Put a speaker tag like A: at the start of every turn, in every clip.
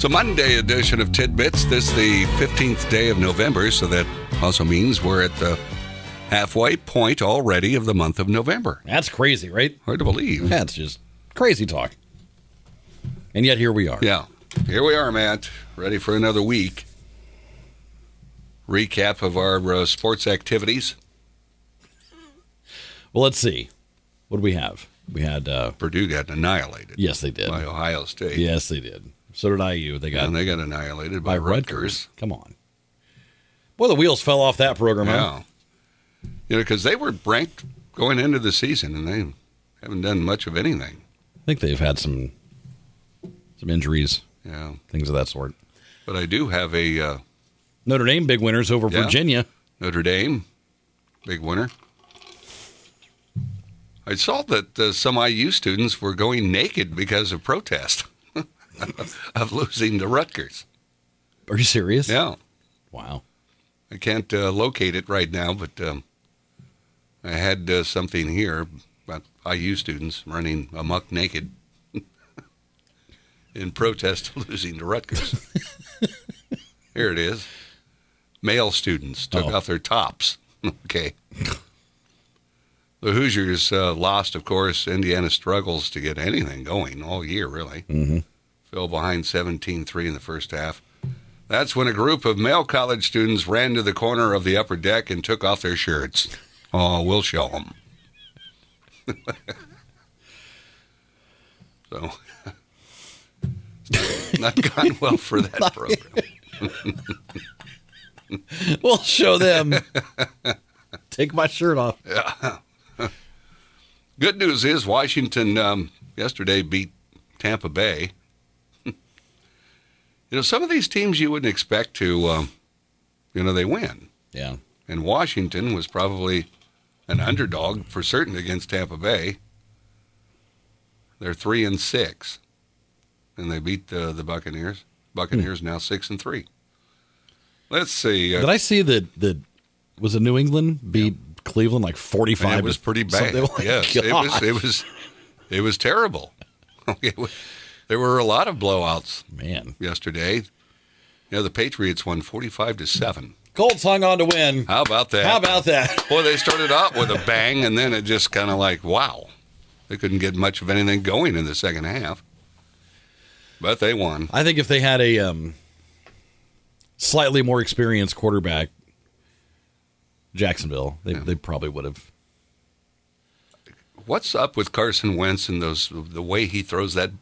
A: It's a Monday edition of Tidbits. This is the 15th day of November, so that also means we're at the halfway point already of the month of November.
B: That's crazy, right?
A: Hard to believe.
B: That's just crazy talk. And yet here we are.
A: Yeah. Here we are, Matt, ready for another week. Recap of our uh, sports activities.
B: Well, let's see. What do we have? We had uh
A: Purdue got annihilated
B: yes, they did.
A: by Ohio State.
B: Yes, they did. So did IU. They got
A: And they got annihilated by,
B: by Rutgers. Come on. Well, the wheels fell off that program. huh?
A: Yeah. You know, because they were ranked going into the season, and they haven't done much of anything.
B: I think they've had some some injuries,
A: Yeah.
B: things of that sort.
A: But I do have a. Uh,
B: Notre Dame big winners over
A: Yeah.
B: Virginia.
A: Notre Dame, big winner. I saw that uh, some IU students were going naked because of protest of losing to Rutgers.
B: Are you serious?
A: Yeah,
B: Wow.
A: I can't uh, locate it right now, but um, I had uh, something here about IU students running amok naked in protest of losing to Rutgers. here it is. Male students took
B: Oh.
A: off their tops. okay. The Hoosiers uh, lost, of course. Indiana struggles to get anything going all year, really. Mm-hmm. Fell behind 17 3 in the first half. That's when a group of male college students ran to the corner of the upper deck and took off their shirts. Oh, we'll show them. so, it's not gone well for that program.
B: We'll show them. Take my shirt off.
A: Good news is Washington um, yesterday beat Tampa Bay. you know, some of these teams you wouldn't expect to, um, you know, they win.
B: Yeah.
A: And Washington was probably an underdog for certain against Tampa Bay. They're three and six, and they beat the the Buccaneers. Buccaneers now six and three. Let's see. Uh,
B: Did I see Hmm. that that was it New England beat Cleveland like forty
A: And
B: five?
A: It was pretty bad. yes, it was. It was. It was terrible. It was- there were a lot of blowouts
B: Man,
A: yesterday. You know, the Patriots won forty-five to seven.
B: Colts hung on to win.
A: How about that?
B: How about that?
A: Boy, they started out with a bang, and then it just kind of like wow, they couldn't get much of anything going in the second half. But they won.
B: I think if they had a um, slightly more experienced quarterback, Jacksonville, they they probably would have.
A: What's up with Carson Wentz and those the way he throws that?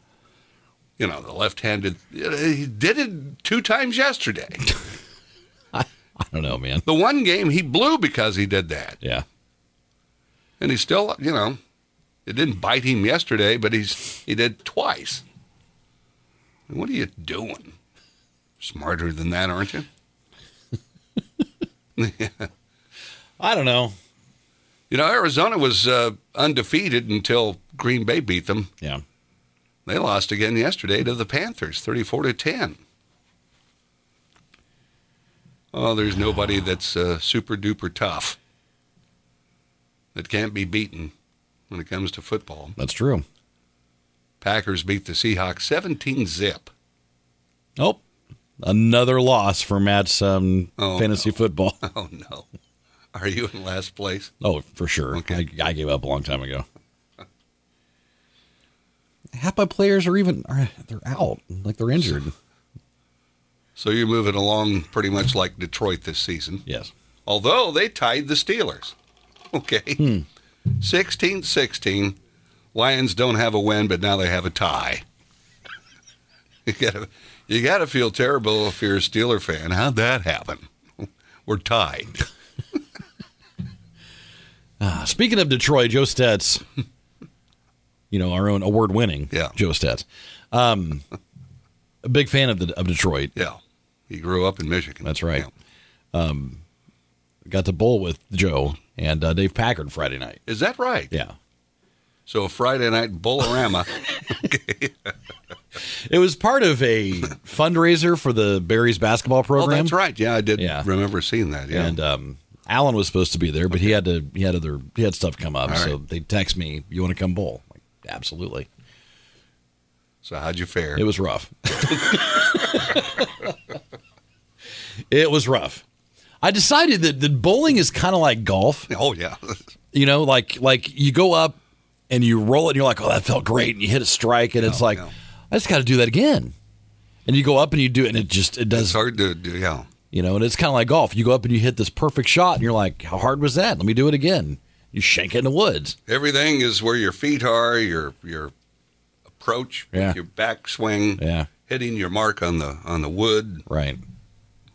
A: You know, the left-handed. uh, He did it two times yesterday.
B: I don't know, man.
A: The one game he blew because he did that.
B: Yeah,
A: And he still, you know, it didn't bite him yesterday, but he's he did twice. What are you doing? Smarter than that, aren't you?
B: I don't know.
A: You know, Arizona was uh, undefeated until Green Bay beat them.
B: Yeah,
A: They lost again yesterday to the Panthers, 34 to 10. Oh, there's nobody that's uh, super duper tough that can't be beaten when it comes to football.
B: that's true.
A: Packers beat the Seahawks 17 zip.
B: Oh, another loss for Matt's um,
A: Oh,
B: fantasy football.
A: Oh, no. Are you in last place?
B: Oh, for sure.
A: Okay.
B: I, I gave up a long time ago. Half my players are even are, they're out, like they're injured.
A: So you're moving along pretty much like Detroit this season,
B: Yes.
A: although they tied the Steelers.
B: Hmm.
A: Okay. 16 16. Lions don't have a win, but now they have a tie. You gotta, you gotta feel terrible if you're a Steeler fan. How'd that happen? We're tied.
B: Uh, speaking of Detroit, Joe Stets, you know our own award-winning
A: Yeah.
B: Joe Stets, um, a big fan of the of Detroit.
A: Yeah. He grew up in Michigan.
B: That's right. Um,
A: Yeah.
B: Got to bowl with Joe and uh, Dave Packard Friday night.
A: Is that right?
B: Yeah,
A: So a Friday night Bolorama.
B: it was part of a fundraiser for the Barry's basketball
A: Oh,
B: program.
A: that's right. Yeah, I did
B: Yeah.
A: remember seeing that. Yeah.
B: and um, Alan was supposed to be there, but he had to he had other he had stuff come up.
A: All
B: So they text me, "You want to come bowl?" I'm like, Absolutely.
A: So how'd you fare?
B: It was rough. it was rough. I decided that, that bowling is kind of like golf.
A: oh yeah,
B: You know, like like you go up and you roll it, and you're like, oh, that felt great, and you hit a strike, and it's like,
A: no.
B: I just got to do that again. And you go up and you do it, and it just it
A: it's
B: does,
A: hard to do. Yeah,
B: you know. And it's kind of like golf. You go up and you hit this perfect shot, and you're like, how hard was that? Let me do it again. You shank it in the woods.
A: everything is where your feet are, your your approach,
B: Yeah.
A: your backswing,
B: Yeah,
A: hitting your mark on the on the wood.
B: right.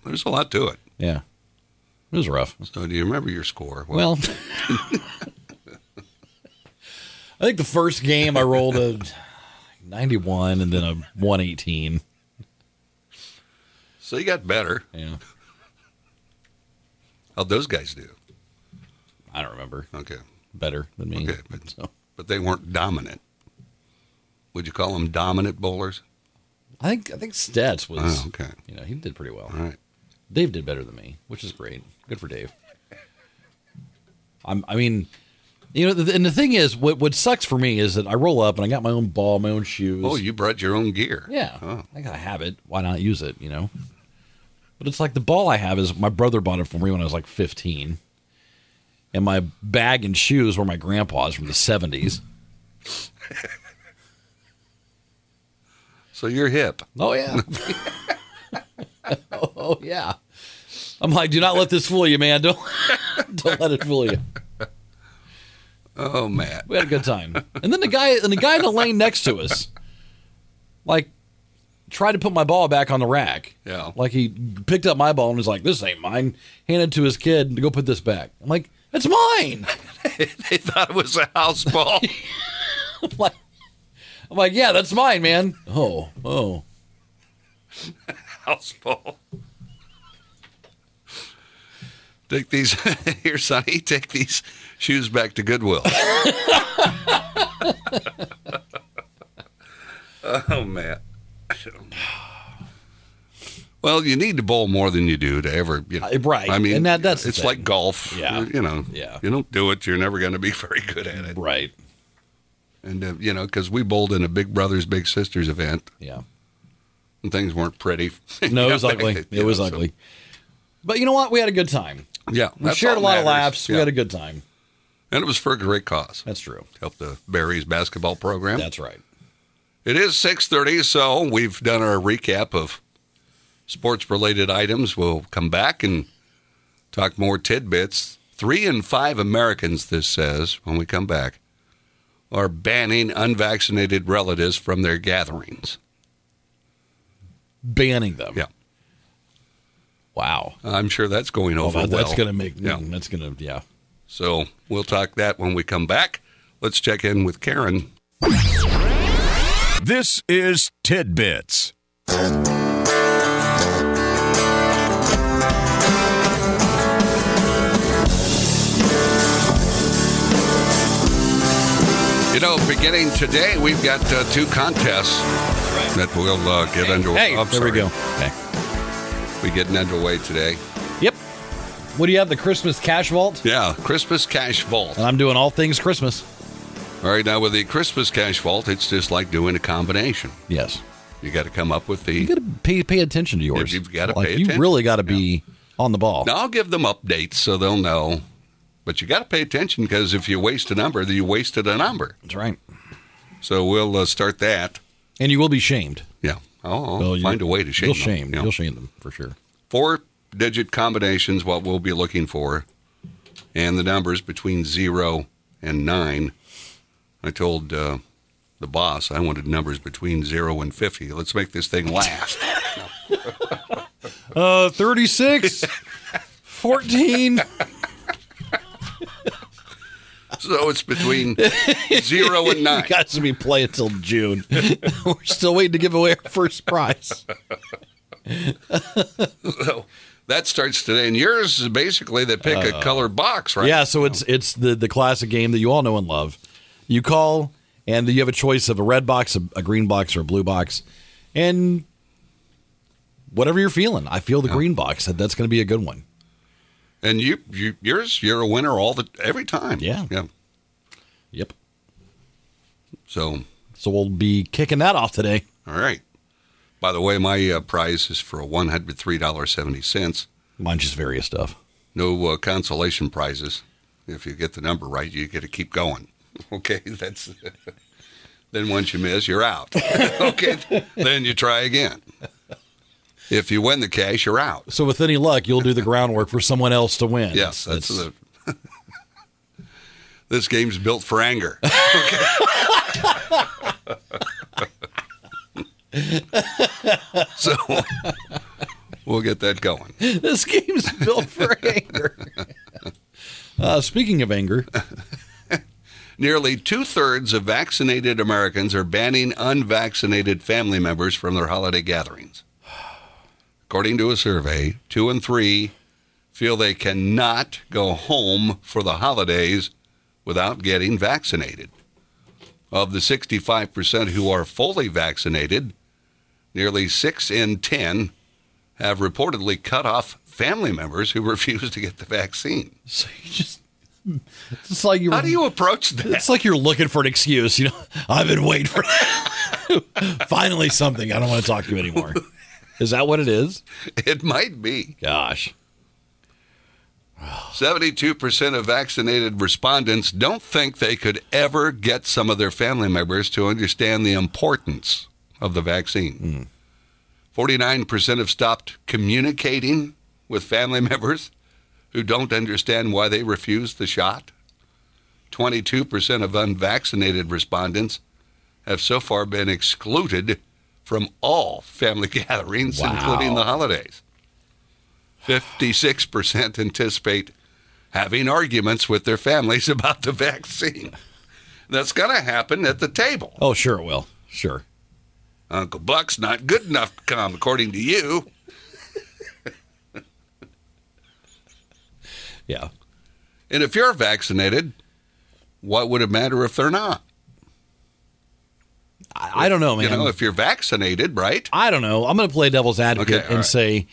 A: There's a lot to it.
B: Yeah, it was rough.
A: So do you remember your score? What-
B: Well, I think the first game I rolled a 91 and then a 118.
A: so you got better.
B: Yeah,
A: How'd those guys do?
B: I don't remember.
A: Okay,
B: Better than me.
A: Okay, but-
B: So,
A: but they weren't dominant. Would you call them dominant bowlers?
B: I think I think Stats was,
A: Oh, okay,
B: you know, he did pretty well.
A: all right.
B: Dave did better than me, which is great. Good for Dave. I'm, I mean, you know, th- and the thing is, what what sucks for me is that I roll up and I got my own ball, my own shoes.
A: Oh, you brought your own gear.
B: Yeah.
A: Oh.
B: I got a habit. Why not use it, you know? But it's like the ball I have is my brother bought it for me when I was like 15. And my bag and shoes were my grandpa's from the 70s.
A: So you're hip.
B: Oh, yeah. oh, oh, yeah. I'm like, do not let this fool you, man. Don't, don't let it fool you.
A: Oh, Matt.
B: We had a good time. And then the guy and the guy in the lane next to us, like, tried to put my ball back on the rack.
A: Yeah.
B: Like he picked up my ball and was like, "This ain't mine." Handed it to his kid to go put this back. I'm like, "It's mine."
A: they thought it was a house ball.
B: I'm like, I'm like, "Yeah, that's mine, man." Oh, oh,
A: house ball. Take these here, Sonny. Take these shoes back to Goodwill. oh, Matt. Well, you need to bowl more than you do to ever, you know.
B: Uh, right.
A: I mean,
B: And that- that's the
A: it's
B: thing.
A: like golf.
B: Yeah.
A: You know,
B: Yeah.
A: you don't do it, you're never going to be very good at it.
B: right.
A: And, uh, you know, because we bowled in a Big Brothers, Big Sisters event,
B: Yeah.
A: and things weren't pretty.
B: No, it was
A: Yeah,
B: ugly.
A: you
B: It
A: know,
B: was
A: so-
B: ugly. But you know what? We had a good time.
A: Yeah,
B: We
A: that's
B: shared
A: all
B: a lot of
A: that matters.
B: laughs. We
A: Yeah.
B: had a good time.
A: and it was for a great cause.
B: That's true.
A: Help the Barry's basketball program.
B: That's right.
A: It is six thirty, so we've done our recap of sports-related items. We'll come back and talk more tidbits. Three in five Americans, this says, when we come back, are banning unvaccinated relatives from their gatherings.
B: Banning them.
A: Yeah.
B: Wow.
A: I'm sure that's going over
B: Well,
A: well.
B: that- that's going to make
A: Yeah.
B: that's going to yeah.
A: So we'll talk that when we come back. Let's check in with Karen.
C: This is Tidbits.
A: You know, beginning today, we've got uh, two contests that we'll uh, get underway.
B: Hey,
A: I'm
B: there we
A: sorry.
B: go. Okay.
A: We getting underway today.
B: Yep. What do you have? The Christmas cash vault?
A: Yeah, Christmas Cash Vault.
B: And I'm doing all things Christmas.
A: All right, now with the Christmas Cash Vault, it's just like doing a combination.
B: Yes.
A: You got to come up with the.
B: You got to pay pay attention to yours.
A: You've gotta
B: like,
A: pay
B: You
A: attention.
B: really got to be on the ball.
A: Now I'll give them updates so they'll know. But you got to pay attention because if you waste a number, then you wasted a number.
B: That's right.
A: So we'll uh, start that.
B: And you will be shamed.
A: Yeah. Oh, I'll
B: Well, you-
A: find a way to shame
B: You'll
A: them.
B: shame.
A: Yeah.
B: You'll shame them for sure.
A: four digit combinations what we'll be looking for and the numbers between zero and nine i told uh, the boss i wanted numbers between zero and 50 let's make this thing last
B: Uh, 36, 14.
A: so it's between zero and nine
B: Got to be playing till June. We're still waiting to give away our first prize.
A: so that starts today and yours is basically they pick a colored box right
B: Uh, Yeah, so it's it's the the classic game that you all know and love. You call and you have a choice of a red box, a, a green box, or a blue box, and whatever you're feeling. I feel the green box. That that's going to be a good one.
A: and you, you yours you're a winner all the every time
B: Yeah.
A: yeah
B: Yep.
A: so
B: So we'll be kicking that off today.
A: All right. By the way, my uh, prize is for $103.70.
B: Mine's just various stuff.
A: No uh, consolation prizes. If you get the number right, you get to keep going. Okay, that's. then once you miss, you're out. okay, then you try again. If you win the cash, you're out.
B: So with any luck, you'll do the groundwork for someone else to win.
A: Yes, that's,
B: It's-
A: the. this game's built for anger. Okay. so we'll get that going.
B: this game's built for anger. Uh, speaking of anger,
A: Nearly two thirds of vaccinated Americans are banning unvaccinated family members from their holiday gatherings. According to a survey, two and three feel they cannot go home for the holidays without getting vaccinated. Of the 65% who are fully vaccinated, nearly six in 10 have reportedly cut off family members who refuse to get the vaccine.
B: so you just it's like you're
A: How do you approach that?
B: it's like you're looking for an excuse. You know, I've been waiting for finally something. I don't want to talk to you anymore. Is that what it is?
A: It might be.
B: Gosh,
A: 72% of vaccinated respondents don't think they could ever get some of their family members to understand the importance of the vaccine. 49% have stopped communicating with family members who don't understand why they refused the shot. 22% of unvaccinated respondents have so far been excluded from all family gatherings,
B: Wow.
A: including the holidays. 56% anticipate having arguments with their families about the vaccine. That's going to happen at the table.
B: oh sure it will. Sure,
A: Uncle Buck's not good enough to come, according to you.
B: yeah.
A: And if you're vaccinated, what would it matter if they're not?
B: I, I don't know, man.
A: You know, if you're vaccinated, right?
B: I don't know. I'm going to play devil's advocate
A: Okay, all
B: and
A: right.
B: say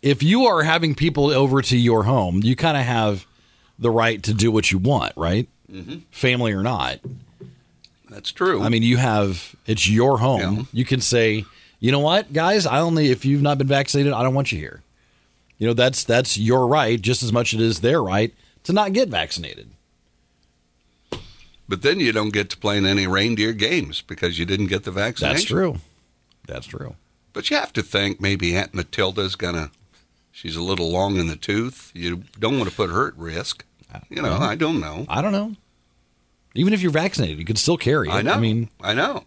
B: if you are having people over to your home, you kind of have the right to do what you want, right?
A: Mm-hmm.
B: Family or not.
A: That's true.
B: I mean, you have, it's your home.
A: Yeah.
B: You can say, you know what, guys, I only, if you've not been vaccinated, I don't want you here. You know, that's, that's your right just as much as it is their right to not get vaccinated.
A: but then you don't get to play in any reindeer games because you didn't get the vaccination.
B: That's true. That's true.
A: But you have to think maybe Aunt Matilda's gonna. She's a little long in the tooth. You don't want to put her at risk.
B: Uh,
A: You know, I don't know.
B: I don't know. Even if you're vaccinated, you can still carry it.
A: I know.
B: I mean,
A: I know.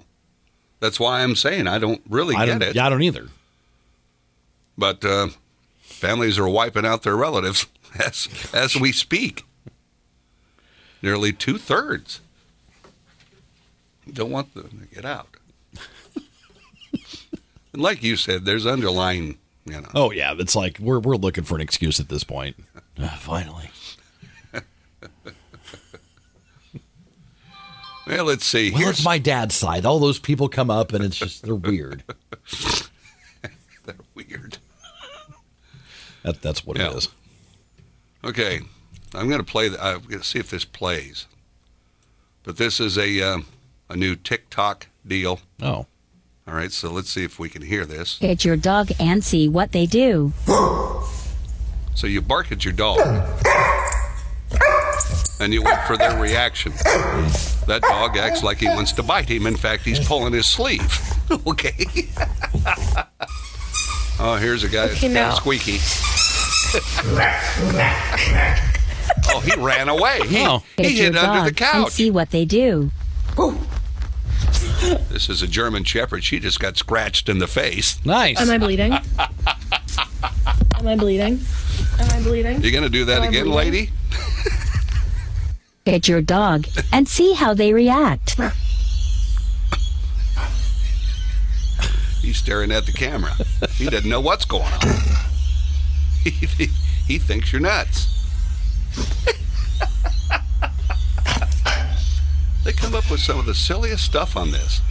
A: That's why I'm saying I don't really
B: I
A: get
B: don't,
A: it.
B: yeah, I don't either.
A: But uh, families are wiping out their relatives as as we speak. Nearly two thirds don't want them to get out. and like you said, there's underlying. You know,
B: Oh yeah, it's like we're we're looking for an excuse at this point. Ah, finally,
A: well, let's see.
B: well,
A: Here's
B: it's my dad's side. All those people come up, and it's just they're weird.
A: they're weird.
B: That, that's what
A: Yeah.
B: it is.
A: Okay, I'm going to play. The, I'm going to see if this plays. But this is a um, a new TikTok deal.
B: Oh,
A: All right, so let's see if we can hear this.
D: At your dog and see what they do.
A: So you bark at your dog, and you wait for their reaction. That dog acts like he wants to bite him. In fact, he's pulling his sleeve. okay. oh, here's a guy that's
E: Okay,
A: kind of
E: now-
A: squeaky. oh, he ran away. He,
B: Oh.
A: he
D: At your
A: hid under the
D: dog and
A: couch.
D: see what they do.
A: This is a German Shepherd. She just got scratched in the face.
B: nice.
E: Am I bleeding? Am I bleeding? Am I bleeding?
A: You gonna do
D: Oh,
A: that
E: I
A: again,
E: believe-
A: lady?
D: At your dog and see how they react.
A: He's staring at the camera. He doesn't know what's going on. He, he, he thinks you're nuts. they come up with some of the silliest stuff on this.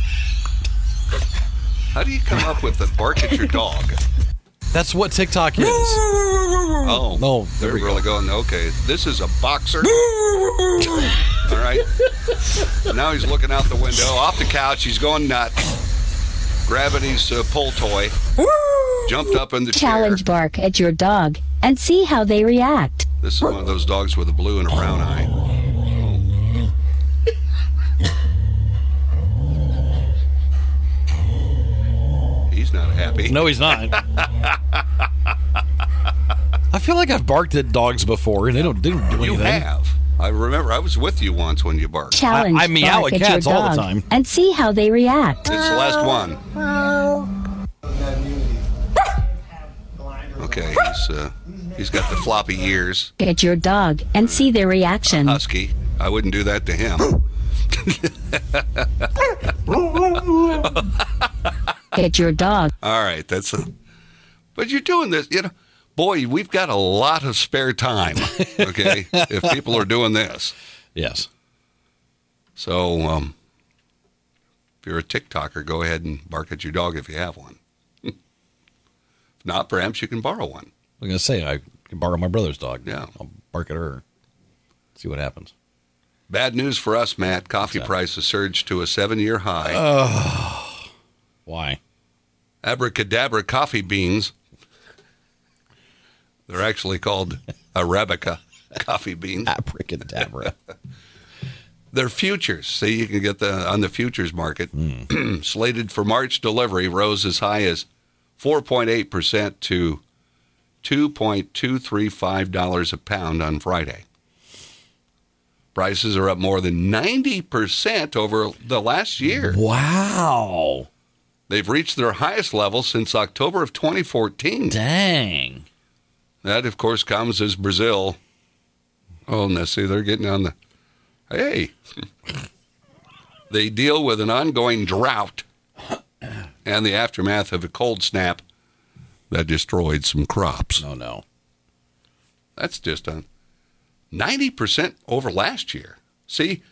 A: How do you come up with the bark at your dog?
B: That's what TikTok is.
A: Oh,
B: No,
A: they're
B: there we
A: really going. Okay, this is a boxer. All right. Now he's looking out the window, off the couch. He's going nuts, grabbing his uh, pull toy. Jumped up in the
D: Challenge
A: chair.
D: bark at your dog and see how they react.
A: This is one of those dogs with a blue and a brown eye. He's not happy.
B: No, he's not. I feel like I've barked at dogs before, and they don't, they don't do anything.
A: you have. I remember. I was with you once when you barked.
D: Challenge
B: I- I meow
D: bark
B: at
D: at
B: cats
D: your
B: all the
D: dog
B: time.
D: and see how they react.
A: It's the last one. Okay, he's uh, he's got the floppy ears,
D: At your dog and see their reaction.
A: husky. I wouldn't do that to him. Uh-huh.
D: At your dog.
A: All right, that's. A, but you're doing this, you know. Boy, we've got a lot of spare time. Okay, if people are doing this,
B: Yes.
A: so um, if you're a TikToker, go ahead and bark at your dog if you have one. if not, perhaps you can borrow one.
B: I'm going to say I can borrow my brother's dog.
A: Yeah.
B: I'll bark at her. See what happens.
A: Bad news for us, Matt. Coffee prices surged to a seven-year high.
B: Why?
A: abracadabra coffee beans. They're actually called Arabica coffee beans.
B: Ah. Abracadabra.
A: They're futures. See, you can get the on the futures market. Slated for March delivery rose as high as 4.8% to $2.235 a pound on Friday. Prices are up more than 90% over the last year.
B: Mm-hmm. wow.
A: They've reached their highest level since October of 2014.
B: Dang.
A: That, of course, comes as Brazil. Oh, now see, they're getting on the. Hey, they deal with an ongoing drought and the aftermath of a cold snap that destroyed some crops.
B: Oh, no.
A: That's just on ninety percent over last year. See,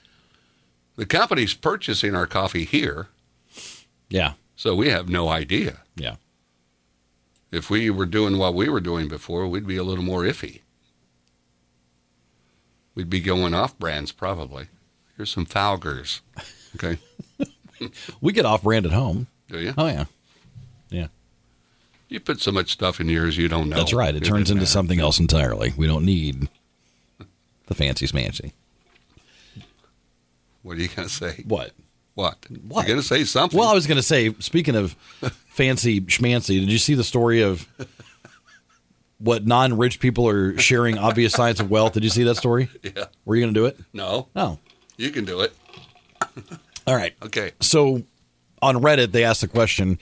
A: the company's purchasing our coffee here,
B: Yeah.
A: so we have no idea.
B: Yeah.
A: If we were doing what we were doing before, we'd be a little more iffy. We'd be going off brands probably. Here's some Falgers. Okay.
B: We get off brand at home.
A: Do you?
B: Oh, yeah. Yeah.
A: You put so much stuff in yours you don't know.
B: That's right. It turns
A: doesn't
B: into
A: matter.
B: something else entirely. We don't need the fancy smancy.
A: What are you going to say?
B: What?
A: What?
B: What?
A: You're going to say something.
B: Well, I was going to say, speaking of fancy schmancy, did you see the story of what non rich people are sharing obvious signs of wealth? Did you see that story?
A: Yeah.
B: Were you going to do it?
A: no.
B: No.
A: You can do it.
B: All right.
A: Okay.
B: So on Reddit, they asked the question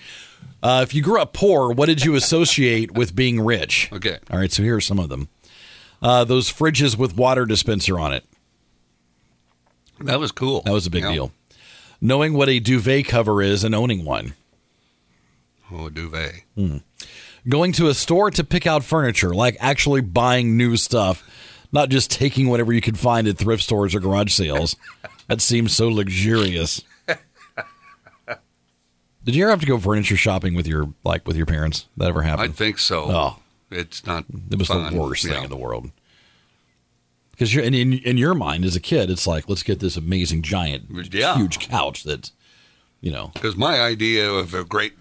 B: uh, if you grew up poor, what did you associate with being rich?
A: Okay.
B: All right. So here are some of them uh, those fridges with water dispenser on it.
A: That was cool.
B: That was a big
A: Yeah.
B: deal. Knowing what a duvet cover is and owning one.
A: Oh, duvet.
B: Mm. Going to a store to pick out furniture, like actually buying new stuff, not just taking whatever you can find at thrift stores or garage sales. that seems so luxurious. Did you ever have to go furniture shopping with your like with your parents? That ever
A: I
B: happened?
A: think so.
B: Oh.
A: It's not.
B: It was
A: fun.
B: the worst
A: Yeah.
B: thing in the world. Because you're in, in in your mind as a kid, it's like let's get this amazing giant,
A: Yeah.
B: huge couch that's you know
A: Because my idea of a great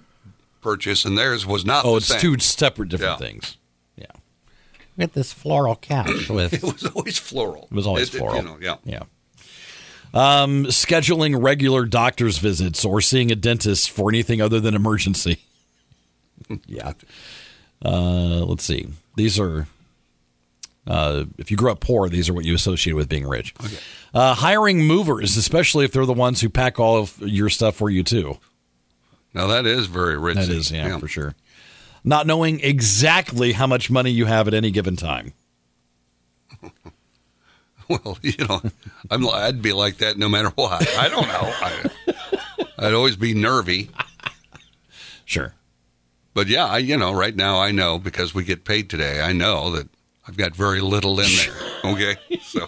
A: purchase and theirs was not.
B: Oh,
A: the
B: it's
A: same.
B: two separate different
A: Yeah.
B: things. Yeah.
F: Get this floral couch with
A: It was always floral.
B: It was always
A: you
B: floral.
A: know, yeah.
B: Yeah. Um, scheduling regular doctor's visits or seeing a dentist for anything other than emergency. yeah. Uh, let's see. These are, uh, if you grew up poor, these are what you associate with being rich. Uh, hiring movers, especially if they're the ones who pack all of your stuff for you, too.
A: Now that is very rich.
B: That is, yeah, for sure. Not knowing exactly how much money you have at any given time.
A: Well, you know, I'm, li- I'd be like that no matter what. I don't know. I, I'd always be nervy.
B: Sure.
A: But yeah, I, you know, right now I know because we get paid today. I know that I've got very little in there. Okay, so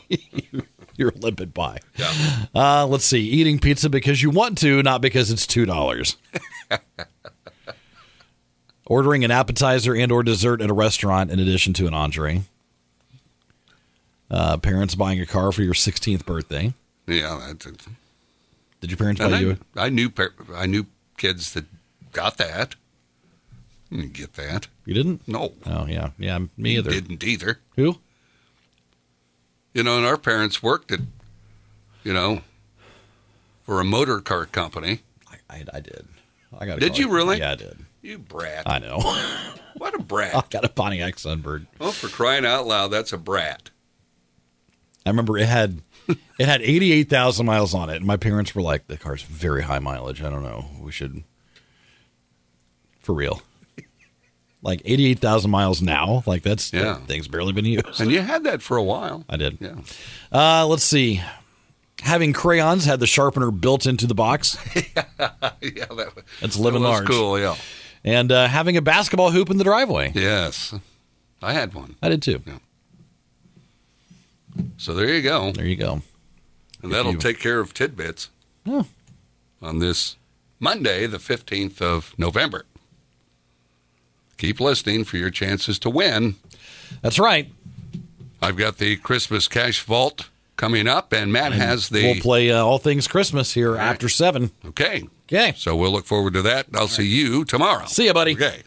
B: your limpid pie.
A: yeah,
B: Uh, let's see. Eating pizza because you want to, not because it's two dollars. ordering an appetizer and or dessert at a restaurant in addition to an entree. Uh, parents buying a car for your 16th birthday.
A: Yeah, that's it.
B: Did your parents
A: And
B: buy
A: I,
B: you? a-
A: I knew par- I knew kids that got that. Didn't get that.
B: You didn't?
A: No,
B: Oh yeah, yeah. Me either.
A: didn't either.
B: Who?
A: You know, and our parents worked at, you know, for a motor car company.
B: I, I, I did. I got.
A: Did you really?
B: Yeah, I did.
A: You brat!
B: I know.
A: what a
B: I
A: brat!
B: got a Pontiac Sunbird.
A: Oh, for crying out loud, that's a brat.
B: I remember it had it had eighty eight thousand miles on it, and my parents were like, "The car's very high mileage. I don't know. We should for real." Like eighty eight thousand miles now. Like that's that
A: Yeah.
B: thing's barely been used.
A: And you had that for a while.
B: I did.
A: Yeah.
B: Uh, let's see. Having crayons had the sharpener built into the box,
A: yeah, that was,
B: That's living
A: that was
B: large.
A: cool, yeah.
B: and uh, having a basketball hoop in the driveway.
A: Yes. I had one.
B: I did too.
A: So there you go.
B: There you go.
A: And that'll
B: you- Hmm.
A: take care of tidbits
B: Yeah.
A: on this Monday, the 15th of November. Keep listening for your chances to win.
B: That's right.
A: I've got the Christmas Cash Vault coming up, and Matt has the.
B: We'll play uh, all things Christmas here after seven.
A: Okay.
B: Okay.
A: So we'll look forward to that. I'll see you tomorrow.
B: See ya, buddy.
A: Okay.